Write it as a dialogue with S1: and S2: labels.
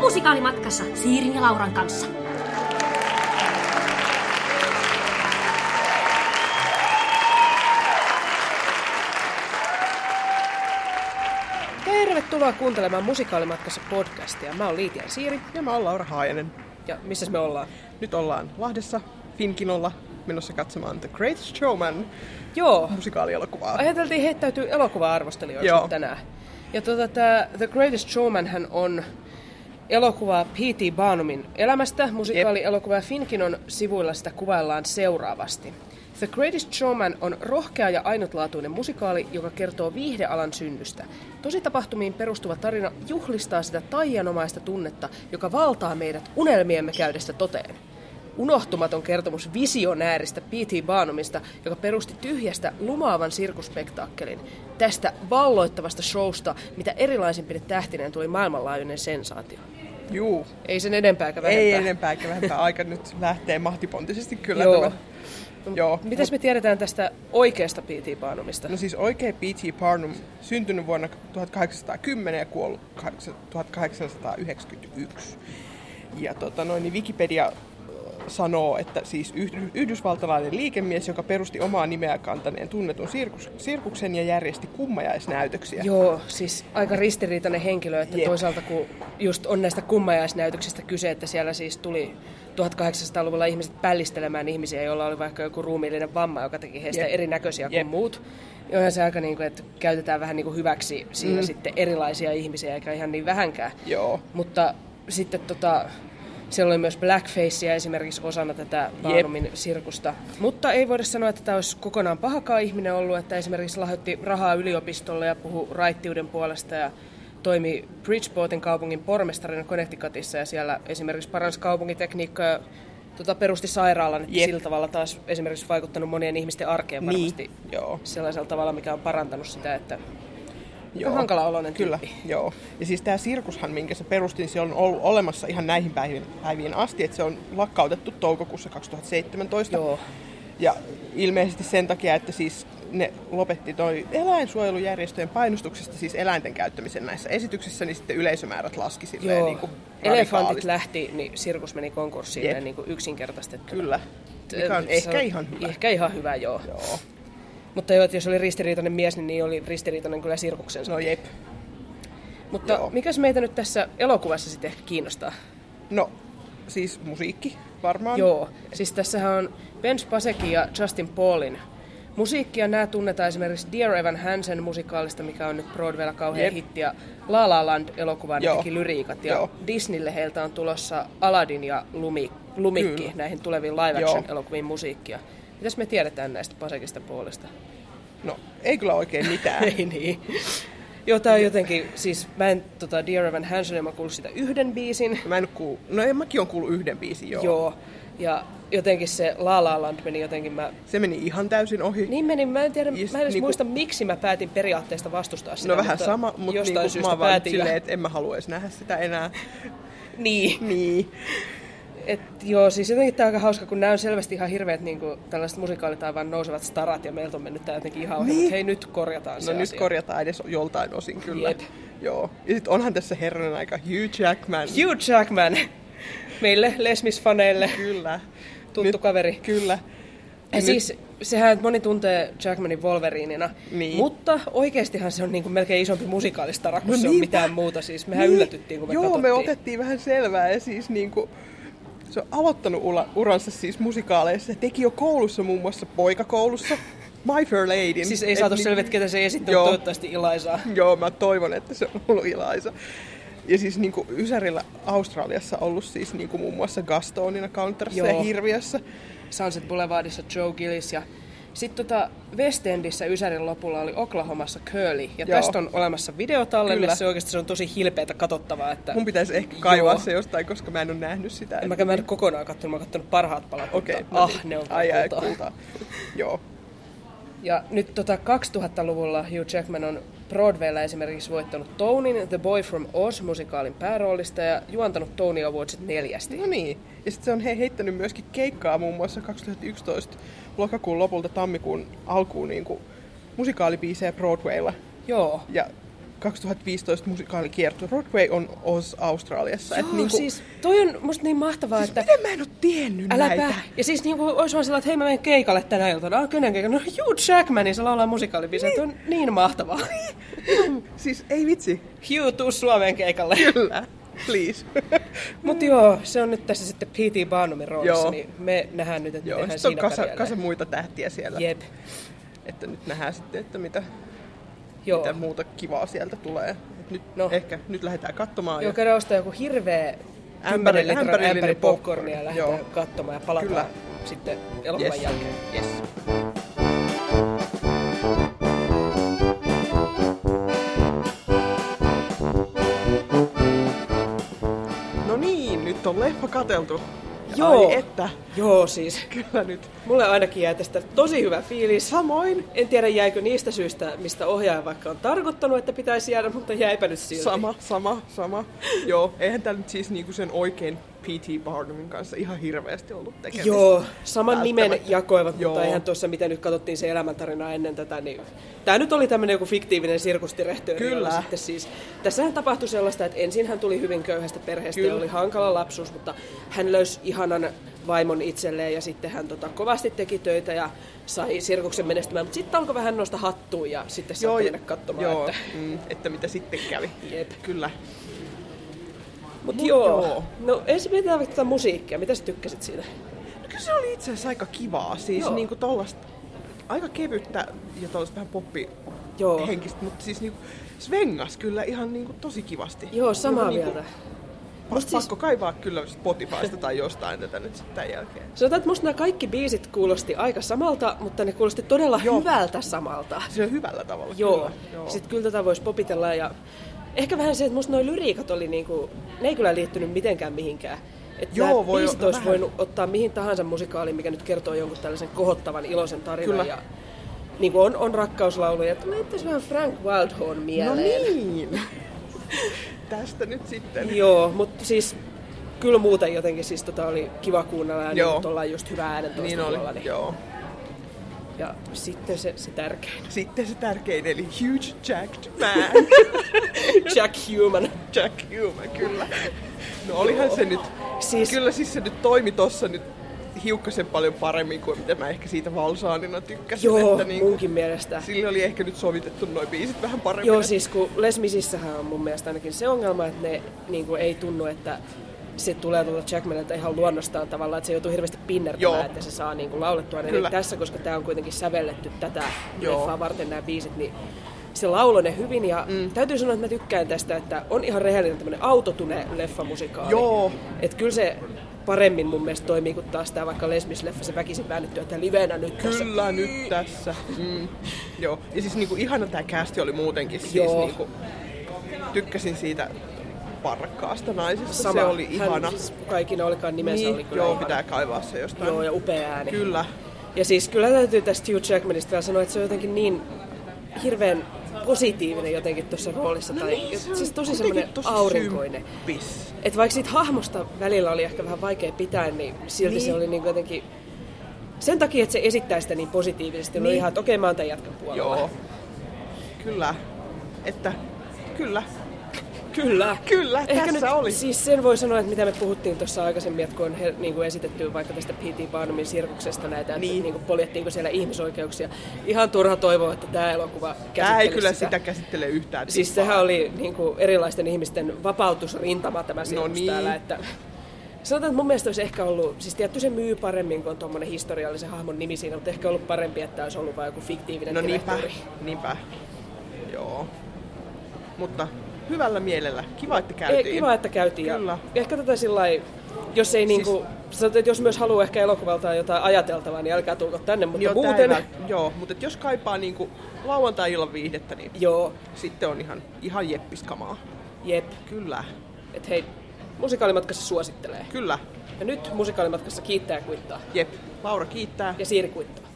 S1: musikaalimatkassa Siirin ja Lauran kanssa.
S2: Tervetuloa kuuntelemaan Musikaalimatkassa podcastia. Mä oon Liitian Siiri.
S3: Ja mä oon Laura Haajanen.
S2: Ja missä me ollaan?
S3: Nyt ollaan Lahdessa, Finkinolla, menossa katsomaan The Great Showman
S2: Joo,
S3: musikaalielokuvaa.
S2: ajateltiin heittäytyä elokuva-arvostelijoiksi
S3: Joo.
S2: nyt tänään. Ja tota, tää The Greatest Showman hän on elokuva P.T. Barnumin elämästä. Musikaalielokuva ja Finkinon sivuilla sitä kuvaillaan seuraavasti. The Greatest Showman on rohkea ja ainutlaatuinen musikaali, joka kertoo viihdealan synnystä. Tositapahtumiin perustuva tarina juhlistaa sitä taianomaista tunnetta, joka valtaa meidät unelmiemme käydessä toteen. Unohtumaton kertomus visionääristä P.T. Baanumista, joka perusti tyhjästä lumaavan sirkuspektaakkelin. Tästä valloittavasta showsta, mitä erilaisimpine tähtineen tuli maailmanlaajuinen sensaatio.
S3: Juu.
S2: Ei sen enempää eikä vähempää.
S3: Ei enempää eikä vähempää. Aika nyt lähtee mahtipontisesti kyllä
S2: Joo.
S3: tämä. Joo.
S2: Mitäs me tiedetään tästä oikeasta P.T. Baanumista?
S3: No siis oikea P.T. Barnum, syntynyt vuonna 1810 ja kuollut 1891. Ja tota noin, niin Wikipedia äh, sanoo, että siis yhdy- yhdysvaltalainen liikemies, joka perusti omaa nimeä kantaneen tunnetun sirkus, sirkuksen ja järjesti kummajaisnäytöksiä.
S2: Joo, siis aika ristiriitainen henkilö, että
S3: Jep.
S2: toisaalta kun just on näistä kummajaisnäytöksistä kyse, että siellä siis tuli 1800-luvulla ihmiset pällistelemään ihmisiä, joilla oli vaikka joku ruumiillinen vamma, joka teki heistä
S3: Jep.
S2: erinäköisiä kuin
S3: Jep.
S2: muut. Ja Onhan se aika niin kuin, että käytetään vähän niin kuin hyväksi
S3: Mm.
S2: siinä sitten erilaisia ihmisiä, eikä ihan niin vähänkään.
S3: Joo.
S2: Mutta sitten tota, siellä oli myös blackfacea esimerkiksi osana tätä Barnumin sirkusta. Mutta ei voida sanoa, että tämä olisi kokonaan pahakaan ihminen ollut, että esimerkiksi lahjoitti rahaa yliopistolle ja puhu raittiuden puolesta ja toimi Bridgeportin kaupungin pormestarina Connecticutissa ja siellä esimerkiksi paransi kaupunkitekniikkaa ja tota, perusti sairaalan, että
S3: Jep.
S2: sillä tavalla taas esimerkiksi vaikuttanut monien ihmisten arkeen
S3: Niin.
S2: varmasti
S3: Joo.
S2: sellaisella tavalla, mikä on parantanut sitä, että hankalaoloinen
S3: Kyllä,
S2: tyyppi.
S3: joo. Ja siis tämä sirkushan, minkä se perustin, se on ollut olemassa ihan näihin päiviin, päiviin asti, että se on lakkautettu toukokuussa 2017.
S2: Joo.
S3: Ja ilmeisesti sen takia, että siis ne lopetti toi eläinsuojelujärjestöjen painostuksesta siis eläinten käyttämisen näissä esityksissä, niin sitten yleisömäärät laski silleen
S2: Joo.
S3: niin kuin
S2: Elefantit lähti, niin sirkus meni konkurssiin
S3: Jep.
S2: näin niin kuin yksinkertaistettu.
S3: Kyllä, mikä on ehkä ihan hyvä.
S2: eh, Ehkä ihan hyvä, joo. joo.
S3: Joo,
S2: Mutta joo, että jos oli ristiriitainen mies, niin, niin oli ristiriitainen kyllä sirkuksensa.
S3: no jep.
S2: Mutta
S3: joo.
S2: mikäs meitä nyt tässä elokuvassa sitten ehkä kiinnostaa?
S3: No, siis musiikki varmaan.
S2: Joo, siis tässähän on Ben Spasekin ja Justin Paulin musiikkia. Nämä tunnetaan esimerkiksi Dear Evan Hansen musikaalista, mikä on nyt Broadwaylla kauhean
S3: Jep.
S2: hitti. Ja La La Land-elokuvaan ne
S3: Joo.
S2: teki lyriikat. Ja
S3: Joo.
S2: Disneylle heiltä on tulossa Aladdin ja Lumi, Lumikki
S3: Kyllä.
S2: näihin tuleviin live
S3: Joo.
S2: action-elokuviin musiikkia. Mitäs me tiedetään näistä Pasekista Paulista?
S3: No, ei kyllä oikein mitään.
S2: Ei niin. Joo, tää on jotenkin, siis mä en tota Dear Evan Hansen, mä oon kuullut sitä yhden biisin.
S3: Mä en oo kuul... No en mäkin on kuullut yhden biisin, joo.
S2: Joo. Joo. Ja jotenkin se La La Land meni jotenkin, mä
S3: Se meni ihan täysin ohi. No
S2: Niin meni, mä en tiedä,
S3: Just
S2: mä en edes
S3: niinku-
S2: muista miksi mä päätin periaatteesta vastustaa sitä. tota
S3: no vähän sama, mutta
S2: jostain
S3: niinku,
S2: syystä
S3: mä oon vaan
S2: päätin.
S3: silleen,
S2: Silleen...
S3: että en mä halua edes nähdä sitä enää.
S2: Niin.
S3: niin.
S2: Et, joo, siis jotenkin tää on aika hauska, kun nää on selvästi ihan hirveät niinku, tällaiset musikaalit aivan nousevat starat ja meiltä on mennyt tää jotenkin ihan ohi,
S3: Niin.
S2: niin. hei nyt korjataan se
S3: No nyt
S2: asia.
S3: korjataan edes joltain osin kyllä.
S2: Jep.
S3: Joo. Ja sit onhan tässä herranen aika Hugh Jackman.
S2: Hugh Jackman, meille lesmisfaneille,
S3: Kyllä.
S2: tuttu
S3: Nyt-
S2: kaveri.
S3: Kyllä.
S2: Ja
S3: Nyt-
S2: siis sehän että moni tuntee Jackmanin Wolverinina,
S3: Niin.
S2: mutta oikeastihan se on niinku melkein isompi musikaalistara kuin
S3: No
S2: se on
S3: niinpä.
S2: mitään muuta. Siis mehän
S3: Niin.
S2: yllätyttiin, kun me
S3: Joo, me
S2: katsottiin.
S3: otettiin vähän selvää ja siis niinku... Se on aloittanut ula, uransa siis musikaaleissa. Se teki jo koulussa muun muassa poikakoulussa. My Fair Lady.
S2: Siis ei saatu
S3: Niin, Et niinku-
S2: selviä, että ketä se esittää,
S3: Joo.
S2: mutta toivottavasti Ilaisaa.
S3: Joo, mä toivon, että se on ollut Ilaisa. Ja siis niin kuin Ysärillä Australiassa ollut siis niin kuin muun muassa Gastonina Counterissa
S2: Joo.
S3: ja Hirviössä.
S2: Sunset Boulevardissa Joe Gillis ja sitten tota West Endissä Ysärin lopulla oli Oklahomassa Curly. Ja
S3: Joo.
S2: tästä on olemassa videotallenne.
S3: Kyllä.
S2: Se oikeasti se on tosi hilpeätä katsottavaa. Että
S3: Mun pitäisi ehkä kaivaa
S2: Joo.
S3: se jostain, koska mä en ole nähnyt sitä.
S2: en mä, mä en kokonaan katsonut, mä oon katsonut parhaat palat.
S3: Okei, no niin.
S2: mutta ah, ne on
S3: ai, ai,
S2: kultaa.
S3: kultaa. Joo,
S2: Ja nyt tota 2000-luvulla Hugh Jackman on Broadwaylla esimerkiksi voittanut Tonin The Boy from Oz musikaalin pääroolista ja juontanut Tony Awardsit neljästi.
S3: no niin. Ja sitten se on he heittänyt myöskin keikkaa muun muassa 2011 lokakuun lopulta tammikuun alkuun niin kuin musikaalibiisejä niinku Broadwaylla.
S2: Joo.
S3: Ja 2015 musikaalikiertue Broadway on Oz Australiassa.
S2: Joo, niinku... siis toi on musta niin mahtavaa,
S3: siis
S2: että...
S3: Miten mä en oo tiennyt
S2: Äläpä.
S3: näitä?
S2: Ja siis niinku ois vaan sillä, että hei mä menen keikalle tänä iltana. Ah, kenen keikalle? No Hugh Jackmanin, se laulaa musikaalibiisiä. Niin. on niin mahtavaa.
S3: Siis ei vitsi.
S2: Hugh, tuu Suomeen keikalle.
S3: Kyllä. Please.
S2: Mut joo, se on nyt tässä sitten P.T. Barnumin roolissa,
S3: Joo.
S2: niin me nähdään nyt, että
S3: Joo,
S2: miten hän
S3: sitten on
S2: siinä
S3: kasa,
S2: pärjäilee.
S3: kasa muita tähtiä siellä.
S2: Jep.
S3: Että nyt nähdään sitten, että mitä,
S2: Joo.
S3: mitä muuta kivaa sieltä tulee. Et nyt,
S2: No.
S3: no. ehkä, nyt lähdetään katsomaan.
S2: Joo,
S3: ja-
S2: käydään ostaa joku hirveä
S3: Ämpäri-
S2: 10 litran
S3: ämpärillinen
S2: ämpäri popcornia ja
S3: popcorn,
S2: lähdetään
S3: joo.
S2: katsomaan ja palataan
S3: Kyllä.
S2: sitten elokuvan
S3: Yes.
S2: jälkeen.
S3: Yes. No niin, nyt on leffa kateltu.
S2: Joo.
S3: Ai että,
S2: Joo, siis.
S3: kyllä nyt.
S2: Mulle ainakin jää tästä tosi hyvä fiilis.
S3: Samoin,
S2: En tiedä jäikö niistä syistä, mistä ohjaaja vaikka on tarkoittanut, että pitäisi jäädä, mutta jäipä nyt silti.
S3: sama, sama, sama. Joo, eihän tää nyt siis niinku sen oikein P.T. Barnumin kanssa ihan hirveästi ollut tekemistä.
S2: Joo, saman nimen
S3: siis Välttämättä.
S2: jakoivat,
S3: Joo.
S2: mutta eihän tuossa, mitä nyt katsottiin se elämäntarina ennen tätä, niin tämä nyt oli tämmöinen joku fiktiivinen sirkustirehtööri.
S3: Kyllä.
S2: jolla Sitten siis, tässähän tapahtui sellaista, että ensin hän tuli hyvin köyhästä perheestä
S3: Kyllä.
S2: ja oli hankala lapsuus, mutta hän löysi ihanan vaimon itselleen ja sitten hän tota, kovasti teki töitä ja sai sirkuksen menestymään, mutta sitten alkoi vähän nosta hattua ja sitten se mennä katsomaan.
S3: joo,
S2: Että,
S3: mm, että mitä sitten kävi.
S2: Jep.
S3: Kyllä.
S2: mut
S3: Mut
S2: joo.
S3: joo.
S2: No ensin mietitään vaikka tätä musiikkia. Mitä sä tykkäsit siitä?
S3: No kyllä se oli itse asiassa aika kivaa, siis
S2: Joo.
S3: niinku tollasta aika kevyttä ja tollasta vähän poppi
S2: Joo.
S3: henkistä, mutta siis niinku svengas kyllä ihan niinku tosi kivasti.
S2: Joo, samaa
S3: Ihan
S2: mieltä.
S3: pa-
S2: Musta siis-
S3: pakko kaivaa kyllä Spotifysta tai jostain tätä nyt sitten tämän jälkeen.
S2: Sanotaan, että musta nämä kaikki biisit kuulosti aika samalta, mutta ne kuulosti todella
S3: Joo.
S2: Joo. hyvältä samalta.
S3: Se on hyvällä tavalla.
S2: Joo. Siis
S3: Kyllä.
S2: Joo. Sitten kyllä tätä voisi popitella ja ehkä vähän se, että musta noi lyriikat oli niinku, ne ei kyllä liittynyt mitenkään mihinkään. Että
S3: Joo,
S2: Joo,
S3: voi
S2: voi biisit
S3: olla
S2: olisi
S3: vähän.
S2: voinut ottaa mihin tahansa musikaaliin, mikä nyt kertoo jonkun tällaisen kohottavan iloisen tarinan.
S3: Kyllä.
S2: Ja, niin kuin on, on rakkauslauluja. Tulee itse vähän Frank Wildhorn
S3: No
S2: mieleen.
S3: niin. Tästä nyt sitten.
S2: Joo, mutta siis kyllä muuten jotenkin siis tota oli kiva kuunnella ja
S3: Joo.
S2: nyt ollaan just hyvä äänen tuosta
S3: Niin oli,
S2: puolella, niin
S3: joo.
S2: Ja sitten se, se tärkein.
S3: Sitten se tärkein, eli Huge Jacked Man.
S2: Jack Human.
S3: Jack Hume, kyllä. No olihan se nyt, siis...
S2: Siis-
S3: kyllä siis se nyt toimi tossa nyt hiukkasen paljon paremmin kuin mitä mä ehkä siitä Valsaanina tykkäsin.
S2: Joo,
S3: että niin
S2: munkin mielestä.
S3: Sille oli ehkä nyt sovitettu noin biisit vähän paremmin.
S2: Joo, siis kun Les Misissähän on mun mielestä ainakin se ongelma, että ne niin kuin, ei tunnu, että se tulee tuolta Jackmanilta ihan luonnostaan tavallaan, että se joutuu hirveästi pinnertämään,
S3: Joo.
S2: että se saa niin kuin, laulettua ne
S3: Kyllä.
S2: nyt tässä, koska tämä on kuitenkin sävelletty tätä
S3: Joo.
S2: leffaa varten nämä biisit, niin se lauloi ne hyvin ja mm. täytyy sanoa, että mä tykkään tästä, että on ihan rehellinen tämmöinen autotune leffamusikaali.
S3: Joo.
S2: Että kyllä se paremmin mun mielestä toimii kuin taas tämä vaikka Les Mis-leffa, se väkisin väännettyä, että livenä nyt tässä.
S3: Kyllä nyt tässä. Mm. Joo. Ja siis niinku ihana tää kästi oli muutenkin. Siis
S2: Joo.
S3: Niinku, tykkäsin siitä parkkaasta naisesta.
S2: Sama.
S3: Se oli ihana.
S2: Hän, siis, kuka ikinä olikaan nimensä
S3: niin,
S2: oli kyllä
S3: joo,
S2: ihana.
S3: pitää kaivaa se jostain.
S2: Joo, ja upea ääni.
S3: Kyllä.
S2: Ja siis kyllä täytyy tästä Hugh Jackmanista vielä sanoa, että se on jotenkin niin hirveän positiivinen jotenkin tuossa roolissa. tai
S3: No niin, se on
S2: siis tosi
S3: kuitenkin
S2: semmoinen
S3: tosi
S2: aurinkoinen.
S3: symppis.
S2: Et vaikka siitä hahmosta välillä oli ehkä vähän vaikea pitää, niin silti
S3: Niin.
S2: se oli niin jotenkin... Sen takia, että se esittää sitä niin positiivisesti, niin. oli
S3: Niin.
S2: ihan, että okei, mä oon tämän jatkan puolella.
S3: Joo. Kyllä. Että kyllä.
S2: Kyllä.
S3: Kyllä, tässä oli.
S2: Siis sen voi sanoa, että mitä me puhuttiin tuossa aikaisemmin, että kun on he, niin kuin esitetty vaikka tästä P.T. Barnumin sirkuksesta näitä, niin.
S3: Niin.
S2: että niin kuin poljettiinko siellä ihmisoikeuksia. Ihan turha toivoa, että tämä elokuva
S3: Tämä ei
S2: käsittelisi
S3: kyllä sitä käsittele yhtään.
S2: Siis
S3: tippaa.
S2: sehän oli niin kuin erilaisten ihmisten vapautusrintama tämä sirkus
S3: niin.
S2: täällä, että... Sanotaan, että mun mielestä olisi ehkä ollut, siis tietty se myy paremmin, kun on tuommoinen historiallisen hahmon nimi siinä, mutta ehkä ollut parempi, että olisi ollut vain joku fiktiivinen
S3: No niinpä,
S2: direktori.
S3: niinpä. Joo. Mutta hyvällä mielellä. Kiva, että
S2: Ei,
S3: käytiin.
S2: kiva, että käytiin.
S3: Kyllä.
S2: Ja ehkä tätä sillä jos ei siis... niinku, sanotaan, että jos myös haluaa ehkä elokuvalta jotain ajateltavaa, niin älkää tulko tänne, mutta
S3: Joo,
S2: joo,
S3: tää ei
S2: muuten...
S3: vält- joo, mutta et jos kaipaa niinku lauantai-illan viihdettä, niin
S2: Joo,
S3: sitten on ihan, ihan jeppis-kamaa.
S2: jep.
S3: Kyllä,
S2: Et hei, musikaalimatkassa suosittelee.
S3: kyllä.
S2: Ja nyt musikaalimatkassa kiittää ja kuittaa.
S3: Jep. Laura kiittää.
S2: Ja Siiri kuittaa.